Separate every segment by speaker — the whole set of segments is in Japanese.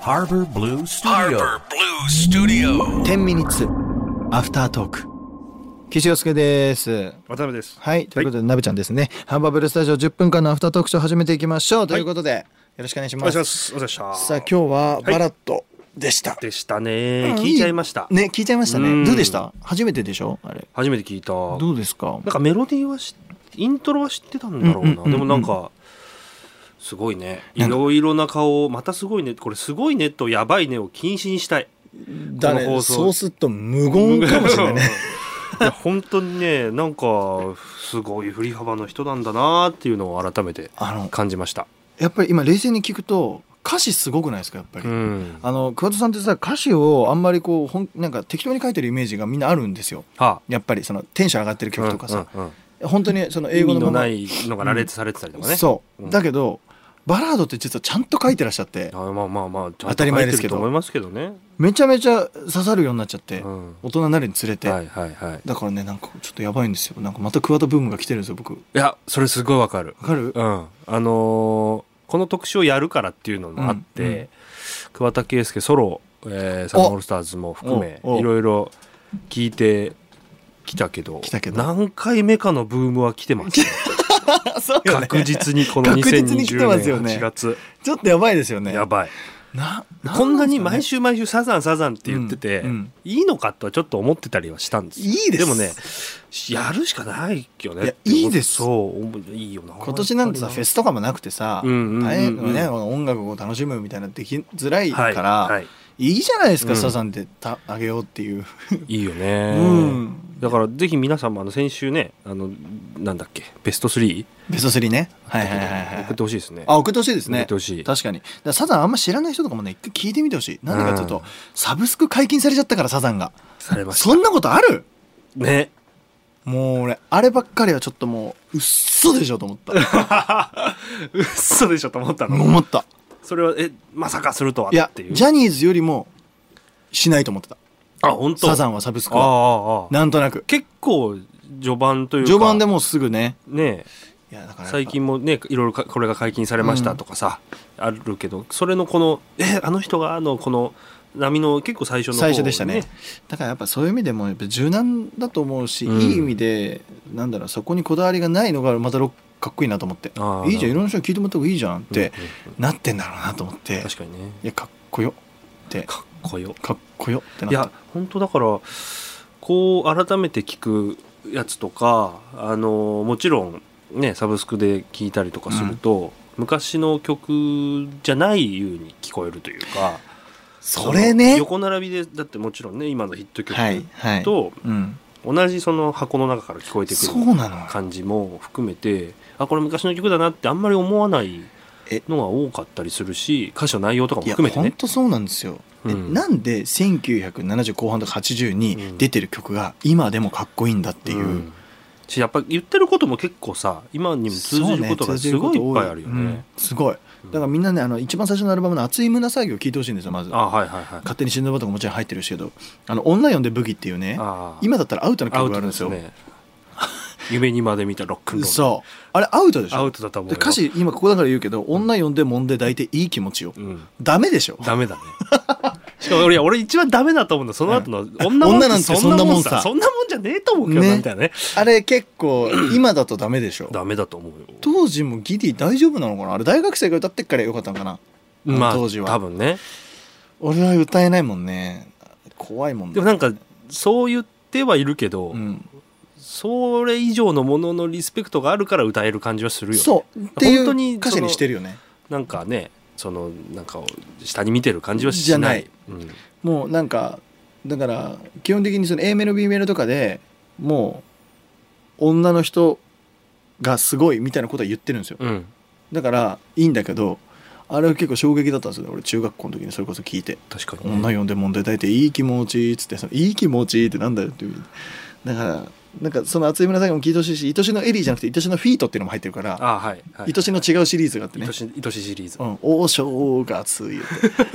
Speaker 1: Harbor Blue Studio.
Speaker 2: Harbor Blue Studio.
Speaker 3: 10ミニッツアフタートーク岸洋介です
Speaker 4: 渡辺です。
Speaker 3: はいということで、なべちゃんですねハンバーブルスタジオ10分間のアフタートークショー始めていきましょう、ということでよろしくお願いし
Speaker 4: お願
Speaker 3: ま
Speaker 4: いし
Speaker 3: す
Speaker 4: ます。お疲れ様でした。
Speaker 3: さあ今日はバラットでした、
Speaker 4: でしたね。聞いちゃいました。
Speaker 3: ね聞いちゃいました
Speaker 4: う
Speaker 3: ね
Speaker 4: ん
Speaker 3: どうでした初めてでしょあれ
Speaker 4: 初めて聞いた。
Speaker 3: どうですか
Speaker 4: なんかメロディーはしイントロは知ってたんだろうな。
Speaker 3: うんうんうんうん
Speaker 4: でもなんかすごいね。
Speaker 3: ないんか
Speaker 4: ろいろな顔をまたすごいね。これすごいねとやばいねを禁止にしたい。
Speaker 3: だね
Speaker 4: この放送
Speaker 3: そうすると無言かもしれないね
Speaker 4: いや本当にねなんかすごい振り幅の人なんだなっていうのを改めて
Speaker 3: あの
Speaker 4: 感じました。
Speaker 3: やっぱり今冷静に聞くと歌詞すごくないですかやっぱり、
Speaker 4: うん。
Speaker 3: あの桑田さんってさ歌詞をあんまりこうほんなんか適当に書いてるイメージがみんなあるんですよ
Speaker 4: は
Speaker 3: やっぱりそのテンション上がってる曲とかさ、
Speaker 4: うんうんうん
Speaker 3: 本当にその英
Speaker 4: 意
Speaker 3: 語
Speaker 4: 味
Speaker 3: のま
Speaker 4: の
Speaker 3: ま
Speaker 4: ないのが羅列されてたりとかね。
Speaker 3: そう、
Speaker 4: うん
Speaker 3: だけどバラードって実はちゃんと書いてらっしゃって
Speaker 4: あまあまあまあ
Speaker 3: 当たり前ですけど
Speaker 4: ちゃんと入ってると思います
Speaker 3: めちゃめちゃ刺さるようになっちゃって、
Speaker 4: けどね。うん
Speaker 3: 大人になるにつれて、
Speaker 4: はいはいはい。
Speaker 3: だからねなんかちょっとやばいんですよなんかまたクワタブームが来てるんですよ僕わ
Speaker 4: いや、それすごいわかる。
Speaker 3: かる、
Speaker 4: うん。あのーこの特集をやるからっていうのもあって、
Speaker 3: うんうん
Speaker 4: 桑田佳祐ソロ、えーサマーオールスターズも含め、
Speaker 3: おお
Speaker 4: いろいろ聞いてきたけど、
Speaker 3: 来たけど
Speaker 4: 何回目かのブームは来てます、ね。
Speaker 3: そうよね
Speaker 4: 確実にこの
Speaker 3: 確実 に来て
Speaker 4: 2020
Speaker 3: ますよ
Speaker 4: 年
Speaker 3: ね
Speaker 4: 8月。
Speaker 3: ちょっとやばいですよね
Speaker 4: やばい。
Speaker 3: なな
Speaker 4: こんなに毎
Speaker 3: 週
Speaker 4: 週毎週サザンサザンって言ってて、
Speaker 3: うんうん
Speaker 4: いいのかとはちょっと思ってたりはしたんですよ。
Speaker 3: いいです
Speaker 4: でもね、やるしかないよねって思って。
Speaker 3: いやいいです
Speaker 4: そう、いいよな。
Speaker 3: 今年なんてさフェスとかもなくてさ、
Speaker 4: うんうんうんうん
Speaker 3: 大変だよねこの音楽を楽しむみたいなできづらいか
Speaker 4: は
Speaker 3: ら、
Speaker 4: はいい、
Speaker 3: い、じゃないですか、
Speaker 4: うん
Speaker 3: サザンでたあげようっていう、
Speaker 4: いいよね、
Speaker 3: うん
Speaker 4: だからぜひ皆さんもあの先週ねあのなんだっけベスト3
Speaker 3: ベスト3ねはいはいはいはい
Speaker 4: 送ってほしいですね
Speaker 3: あ送ってほしいですね
Speaker 4: 送ってほしい
Speaker 3: 確かにだからサザンあんま知らない人とかもね一回聞いてみてほしいなんでかっていうと、
Speaker 4: うん
Speaker 3: サブスク解禁されちゃったからサザンが
Speaker 4: されました
Speaker 3: そんなことある
Speaker 4: ね
Speaker 3: もう俺あればっかりはちょっともううっそでしょと思った
Speaker 4: 嘘でしょと思ったの、
Speaker 3: 思った
Speaker 4: それはえまさかするとはい
Speaker 3: や
Speaker 4: っていう
Speaker 3: ジャニーズよりもしないと思ってた
Speaker 4: あ本当
Speaker 3: サザ
Speaker 4: ン
Speaker 3: ンはサブスク
Speaker 4: あ
Speaker 3: は
Speaker 4: あああ
Speaker 3: なんとなく
Speaker 4: 結構序盤というか
Speaker 3: 序盤でもうすぐね
Speaker 4: ね
Speaker 3: いやだからやっぱ
Speaker 4: 最近もねいろいろかこれが解禁されましたとかさ、あるけどそれのこのえあの人があのこの波の結構最初の方
Speaker 3: 最初でしたねだからやっぱそういう意味でもやっぱ柔軟だと思うし、
Speaker 4: うん
Speaker 3: いい意味でなんだろうそこにこだわりがないのがまたロックかっこいいなと思って
Speaker 4: あー
Speaker 3: いいじゃんいろんな人に聞いてもらった方がいいじゃんって
Speaker 4: うんうんうん
Speaker 3: なってんだろうなと思って、い
Speaker 4: 確かにね
Speaker 3: やかっこよって
Speaker 4: かっこよ
Speaker 3: かっこよってないった
Speaker 4: や本当だからこう改めて聞くやつとかあのもちろんねサブスクで聞いたりとかすると、昔の曲じゃないように聞こえるというか
Speaker 3: それね
Speaker 4: の横並びでだってもちろんね今のヒット曲
Speaker 3: はいはい、
Speaker 4: と
Speaker 3: うん、
Speaker 4: 同じその箱の中から聞こえてく
Speaker 3: そ
Speaker 4: る
Speaker 3: うなの
Speaker 4: 感じも含めてあこれ昔の曲だなってあんまり思わないのが多かったりするし歌詞の内容とかも
Speaker 3: いや
Speaker 4: 含めて
Speaker 3: 本
Speaker 4: ね。
Speaker 3: 当そうなんですよ、で
Speaker 4: うん
Speaker 3: なんで1970後半とか80
Speaker 4: う
Speaker 3: に
Speaker 4: ん
Speaker 3: 出てる曲が今でもかっこいいんだっていう、
Speaker 4: んしやっぱ言ってることも結構さ今にも通じることがすごいいっぱいあるよね
Speaker 3: うんすごいだからみんなねあの一番最初のアルバムの「熱い胸騒ぎ」を聴いてほしいんですよまず
Speaker 4: あはいはいはい
Speaker 3: 勝手に死んだバとかもちろん入ってるしけどあの「女呼んで武器」っていうね
Speaker 4: あー
Speaker 3: 今だったらアウトな
Speaker 4: ア
Speaker 3: 曲
Speaker 4: ウ
Speaker 3: がある
Speaker 4: ト
Speaker 3: ん
Speaker 4: で
Speaker 3: です
Speaker 4: す
Speaker 3: よ
Speaker 4: ね夢にまで見たロックンロール
Speaker 3: そうあれアウトでしょ
Speaker 4: アウトだと思う
Speaker 3: で
Speaker 4: よ
Speaker 3: 歌詞今ここだから言うけど「女呼んで揉んで抱いていい気持ちよ」
Speaker 4: うん
Speaker 3: ダメでしょ
Speaker 4: ダメだね しかも俺いや俺一番ダメだと思うのその後の
Speaker 3: 女
Speaker 4: 女女
Speaker 3: な
Speaker 4: なんん
Speaker 3: て
Speaker 4: て
Speaker 3: そ
Speaker 4: そ
Speaker 3: んな
Speaker 4: んな
Speaker 3: も
Speaker 4: も
Speaker 3: ん
Speaker 4: ん
Speaker 3: さ
Speaker 4: さそんなもんじゃねえと思うけど
Speaker 3: ね
Speaker 4: なみたいなね
Speaker 3: あれ結構今だとダメでしょ
Speaker 4: ダメだと思うよ
Speaker 3: 当時もギディ大丈夫なのかなあれ大学生が歌ってっからよかったのかな
Speaker 4: まあ
Speaker 3: 当時は
Speaker 4: 多分ね
Speaker 3: 俺は歌えないもんね怖いもんね
Speaker 4: でもなんかそう言ってはいるけど、
Speaker 3: うん
Speaker 4: それ以上のもののリスペクトがあるから歌える感じはするよね
Speaker 3: そうってい
Speaker 4: 本当
Speaker 3: う
Speaker 4: に
Speaker 3: 歌詞にしてるよね
Speaker 4: なんかねそのなんかを下に見てる感じはしない
Speaker 3: じゃない
Speaker 4: うん
Speaker 3: もうなんかだから基本的にその A メロ B メロとかでもう女の人がすごいみたいなことは言ってるんですよ
Speaker 4: うん、
Speaker 3: だからいいんだけどあれは結構衝撃だったんですよね俺中学校の時にそれこそ聞いて
Speaker 4: 確かに、
Speaker 3: 女呼んで問題抱いていい気持ちっつってそのいい気持ちってなんだよっていうだからなんかその熱い紫も聞いてほしいし愛しのエリーじゃなくて愛しのフィートっていうのも入ってるから
Speaker 4: あはい、はい、
Speaker 3: 愛しの違うシリーズがあってね
Speaker 4: 愛し愛しシリーズ、
Speaker 3: うん、王将が熱いよ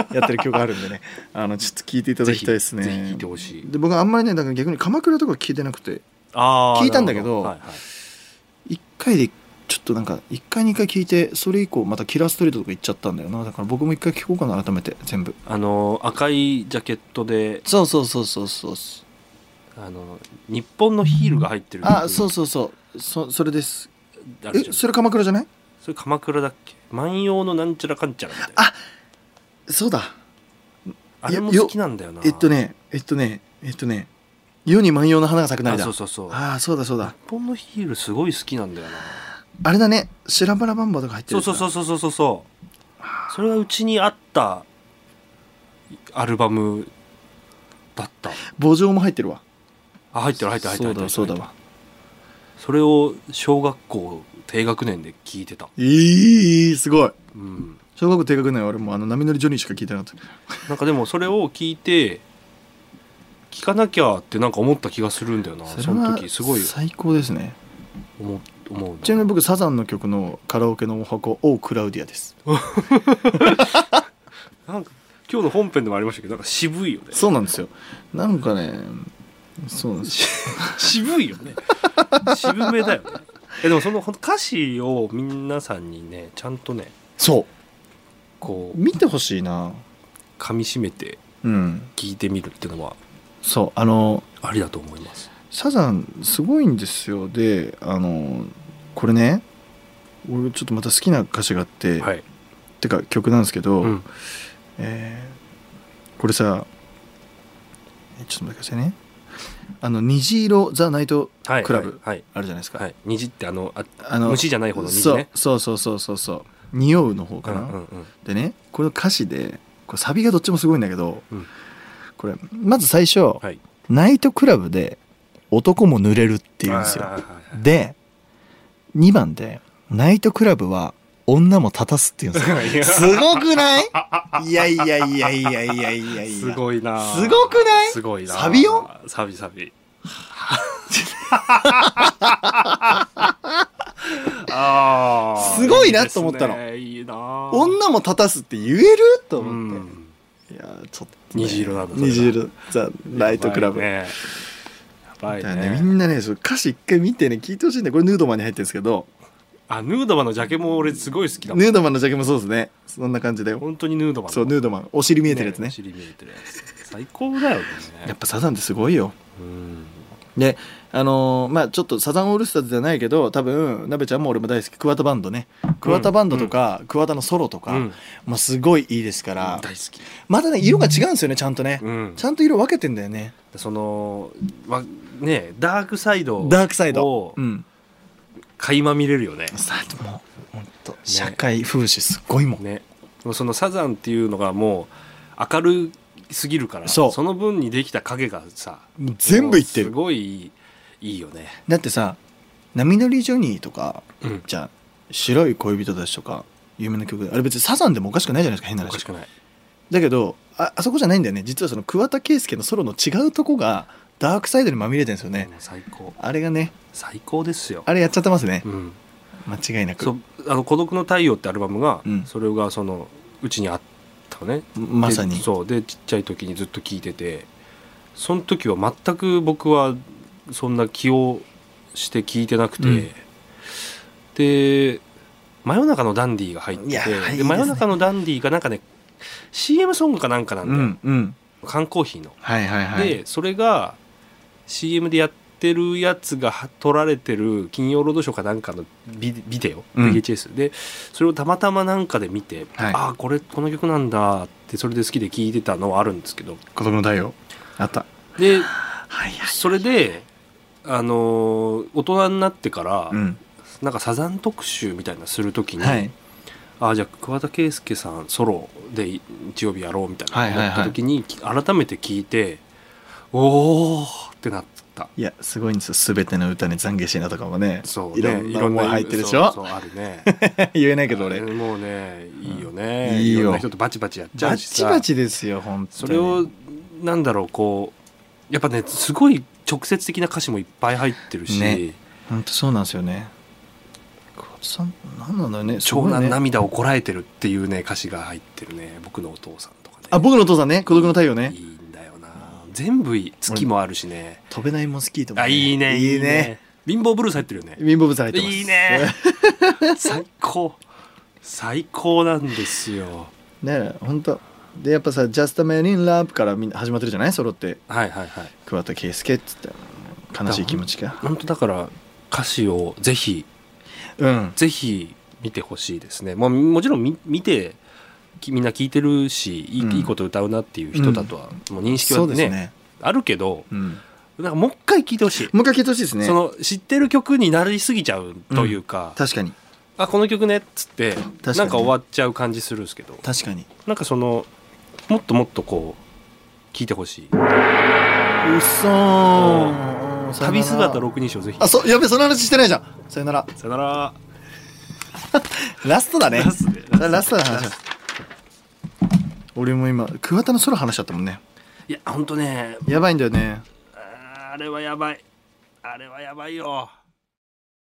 Speaker 3: ってやってる曲あるんで ねあのちょっと聞いていただきたいですね
Speaker 4: ぜひぜひ聞いてほしい
Speaker 3: で僕はあんまりねだから逆に鎌倉とか聞いてなくて
Speaker 4: あー
Speaker 3: 聞いたんだけど
Speaker 4: なるほはいはい
Speaker 3: 一回でちょっとなんか一回二回聞いてそれ以降またキラーストリートとか行っちゃったんだよなだから僕も一回聞こうかな改めて全部
Speaker 4: あの赤いジャケットで
Speaker 3: そうそうそうそうそう
Speaker 4: あの日本のヒールが入ってる
Speaker 3: あそう
Speaker 4: そ
Speaker 3: そうそうそそれです
Speaker 4: あるじ
Speaker 3: え
Speaker 4: ゃん
Speaker 3: それ鎌倉じゃない
Speaker 4: それ鎌倉だっけ万葉のなんちゃらかんちゃらみたいな
Speaker 3: あそうだ
Speaker 4: あれも好きなんだよな
Speaker 3: えっとねえっとねえっとね世に万葉の花が咲くなり
Speaker 4: あ
Speaker 3: だ
Speaker 4: そうそうそう
Speaker 3: ああそうだそうだ
Speaker 4: 日本のヒールすごい好きなんだよな
Speaker 3: あれだねシラバラバンバとか入ってる
Speaker 4: そう
Speaker 3: やつだ
Speaker 4: そうそうそうそうそうそうそれがうちにあったアルバムだった
Speaker 3: 墓場も入ってるわ
Speaker 4: あ入ってる入ってる入ってる入ってる
Speaker 3: そうだそうだわ
Speaker 4: それを小学校低学年で聞いてた
Speaker 3: えー、すごい
Speaker 4: うん
Speaker 3: 小学校低学年は俺もうあの波乗りジョニーしか聞いてなかった
Speaker 4: なんかでもそれを聞いて聞かなきゃってなんか思った気がするんだよなそ
Speaker 3: れは
Speaker 4: の時すごい
Speaker 3: 最高ですね
Speaker 4: 思思うな
Speaker 3: ちなみに僕サザンの曲のカラオケのお箱「オークラウディア」です
Speaker 4: なんか今日の本編でもありましたけどなんか渋いよね
Speaker 3: そうなんですよなんかねそうなんですよ
Speaker 4: 渋いよね渋めだよねえでもそのほんと歌詞を皆さんにねちゃんとね
Speaker 3: そう
Speaker 4: こう
Speaker 3: 見てほしいな
Speaker 4: 噛み締めて
Speaker 3: うん
Speaker 4: 聞いてみるっていうのは
Speaker 3: そうあの
Speaker 4: ありだと思います
Speaker 3: サザンすごいんですよであのこれね俺ちょっとまた好きな歌詞があって、
Speaker 4: はい、
Speaker 3: てか曲なんですけど、
Speaker 4: うん、
Speaker 3: えーこれさえちょっと待ってくださいねあの虹色ザ・ナイト
Speaker 4: はい
Speaker 3: クラブ
Speaker 4: はい
Speaker 3: あるじゃないですか、
Speaker 4: はい虹ってあのあ
Speaker 3: あの
Speaker 4: 虫じゃない方の虹ね
Speaker 3: そうそうそうそうそうそう匂うの方かな、
Speaker 4: うんうん
Speaker 3: でねこの歌詞でこれサビがどっちもすごいんだけど、
Speaker 4: うん
Speaker 3: これまず最初、
Speaker 4: はい
Speaker 3: ナイトクラブで男も濡れるっていうんですよ
Speaker 4: あーはいはい
Speaker 3: で2番でナイトクラブは女も立たすってい うんですよ
Speaker 4: いや
Speaker 3: すごくない いやいやいやいやいやいやいや
Speaker 4: すごいな
Speaker 3: すごくない
Speaker 4: すごいな
Speaker 3: サビよ
Speaker 4: サビ サビあー
Speaker 3: すごいなと思ったの
Speaker 4: いいですねいいな
Speaker 3: 女も立たすって言えると思って、
Speaker 4: ん
Speaker 3: いやーちょっと、
Speaker 4: 虹色なんだそれが
Speaker 3: 虹色ザ・ナイトクラブ、
Speaker 4: やば
Speaker 3: だ
Speaker 4: い
Speaker 3: か
Speaker 4: ねや
Speaker 3: ら
Speaker 4: ば
Speaker 3: ね
Speaker 4: いね
Speaker 3: みんなねその歌詞一回見てね聞いてほしいんだよこれヌードマンに入ってるんですけど
Speaker 4: あヌードマンのジャケも俺すごい好きだもん
Speaker 3: ヌードマンのジャケもそうですねそんな感じだよ
Speaker 4: 本当にヌードマン
Speaker 3: そうヌードマンお尻見えてるやつね
Speaker 4: お尻見えてるやつ最高だよね
Speaker 3: やっぱサザンってすごいよ
Speaker 4: うん
Speaker 3: であのーまあちょっとサザンオールスターズじゃないけど多分なべちゃんも俺も大好き桑田バンドね桑田バンドとか、桑田のソロとか、
Speaker 4: うん
Speaker 3: もうすごいいいですから
Speaker 4: 大、好き
Speaker 3: またね色が違うんですよねちゃんとね、
Speaker 4: うん
Speaker 3: ちゃんと色分けてんだよね
Speaker 4: そのわねダークサイド
Speaker 3: ダークサイド
Speaker 4: を
Speaker 3: うん
Speaker 4: 垣間見れるよね
Speaker 3: さあもうほんと社会風刺すごいもん、
Speaker 4: ねでもそのサザンっていうのがもう明るすぎるから
Speaker 3: そう
Speaker 4: の分にできた影がさ
Speaker 3: もう全部いってる
Speaker 4: もうすごいいいいいよね
Speaker 3: だってさ「波乗りジョニー」とか
Speaker 4: うん
Speaker 3: じゃあ白い恋人たち」とか有名な曲であれ別にサザンでもおかしくないじゃないですか変な
Speaker 4: おか
Speaker 3: 話
Speaker 4: しくない
Speaker 3: だけどああそこじゃないんだよね実はその桑田佳祐のソロの違うとこがダークサイドにまみれてるんですよね
Speaker 4: もう、最高
Speaker 3: あれがね
Speaker 4: 最高ですよ
Speaker 3: あれやっちゃってますね
Speaker 4: うん
Speaker 3: 間違いなく
Speaker 4: そうあの「孤独の太陽」ってアルバムが、
Speaker 3: うん
Speaker 4: それがそのうちにあったのね
Speaker 3: まさに
Speaker 4: でそうでちっちゃい時にずっと聴いててその時は全く僕はそんな気をして聴いてなくて、
Speaker 3: うん
Speaker 4: で「真夜中のダンディ」が入ってて
Speaker 3: いやいいですね
Speaker 4: で真夜中のダンディ」がなんかね CM ソングかなんかなん
Speaker 3: う
Speaker 4: だよ、
Speaker 3: んうん
Speaker 4: 缶コーヒーの。
Speaker 3: はいはいはい
Speaker 4: でそれが CM でやってるやつがは撮られてる「金曜ロードショー」かなんかのビビデオ
Speaker 3: うん
Speaker 4: VHS で、それをたまたまなんかで見て、
Speaker 3: はい
Speaker 4: ああこれこの曲なんだってそれで好きで聴いてたのはあるんですけど
Speaker 3: 孤独の太陽あった
Speaker 4: で
Speaker 3: はいは
Speaker 4: それであのー大人になってから、
Speaker 3: うん
Speaker 4: なんかサザン特集みたいなのする時に、
Speaker 3: はい
Speaker 4: ああじゃあ桑田佳祐さんソロで日曜日やろうみた
Speaker 3: は
Speaker 4: い
Speaker 3: い
Speaker 4: な
Speaker 3: はいはい
Speaker 4: 思った時に、改めて聞いておおってなった。
Speaker 3: いやすごいんですよ全ての歌に懺悔しいなとかもね
Speaker 4: そう、ね、
Speaker 3: いろんな思い入ってるでしょ
Speaker 4: そうそうある ね
Speaker 3: 言えないけど俺
Speaker 4: あれもうねいいよね、
Speaker 3: うんいいよ
Speaker 4: ろんな人とバチバチやっちゃ
Speaker 3: バ
Speaker 4: うし
Speaker 3: チ
Speaker 4: さ
Speaker 3: バチですよ本当に
Speaker 4: それをなんだろうこうやっぱねすごい直接的な歌詞もいっぱい入ってるし、
Speaker 3: ね本当そうなんですよね桑田さん何なんだろうねすご
Speaker 4: 長
Speaker 3: いね
Speaker 4: 男涙をこらえてるっていうね歌詞が入ってるね僕のお父さんとかね
Speaker 3: あ僕のお父さんね孤独の太陽ね
Speaker 4: いいんだよな全部いい月もあるしね、
Speaker 3: 飛べないモスキートも、
Speaker 4: あいいね
Speaker 3: いいね
Speaker 4: 貧乏ブルース入ってるよね
Speaker 3: 貧乏ブされてます
Speaker 4: いいね最高最高なんですよ
Speaker 3: ねえ本当でやっぱさ「Just a Man in Love」からみんな始まってるじゃないソロって
Speaker 4: はいはいはい
Speaker 3: 桑田佳祐っつって悲しい気持ちか
Speaker 4: 本当だから歌詞をぜひ
Speaker 3: うん
Speaker 4: ぜひ見てほしいですね、まあ、もちろんみ見てきみんな聞いてるしいい,、
Speaker 3: うん
Speaker 4: いいこと歌うなっていう人だとは、もう認識
Speaker 3: そ
Speaker 4: は
Speaker 3: う
Speaker 4: ね
Speaker 3: ですね
Speaker 4: あるけど
Speaker 3: うん
Speaker 4: なんかもう一回聞いてほしい、
Speaker 3: もう一回聞いてほしいですね
Speaker 4: その知ってる曲になりすぎちゃうというか、
Speaker 3: 確かに
Speaker 4: あこの曲ねっつって
Speaker 3: かに
Speaker 4: なんか終わっちゃう感じするんですけど
Speaker 3: 確かに
Speaker 4: なんかそのもっともっとこう聞いてほしい
Speaker 3: うっそーさよなら
Speaker 4: 旅姿六人称ぜひ
Speaker 3: あそうやべその話してないじゃんさよなら
Speaker 4: さよなら
Speaker 3: ラストだね
Speaker 4: ラストね
Speaker 3: ララストの話だ俺も今桑田の空話しちゃったもんね
Speaker 4: いやほんとね
Speaker 3: やばいんだよね
Speaker 4: あーあれはやばいあれはやばいよ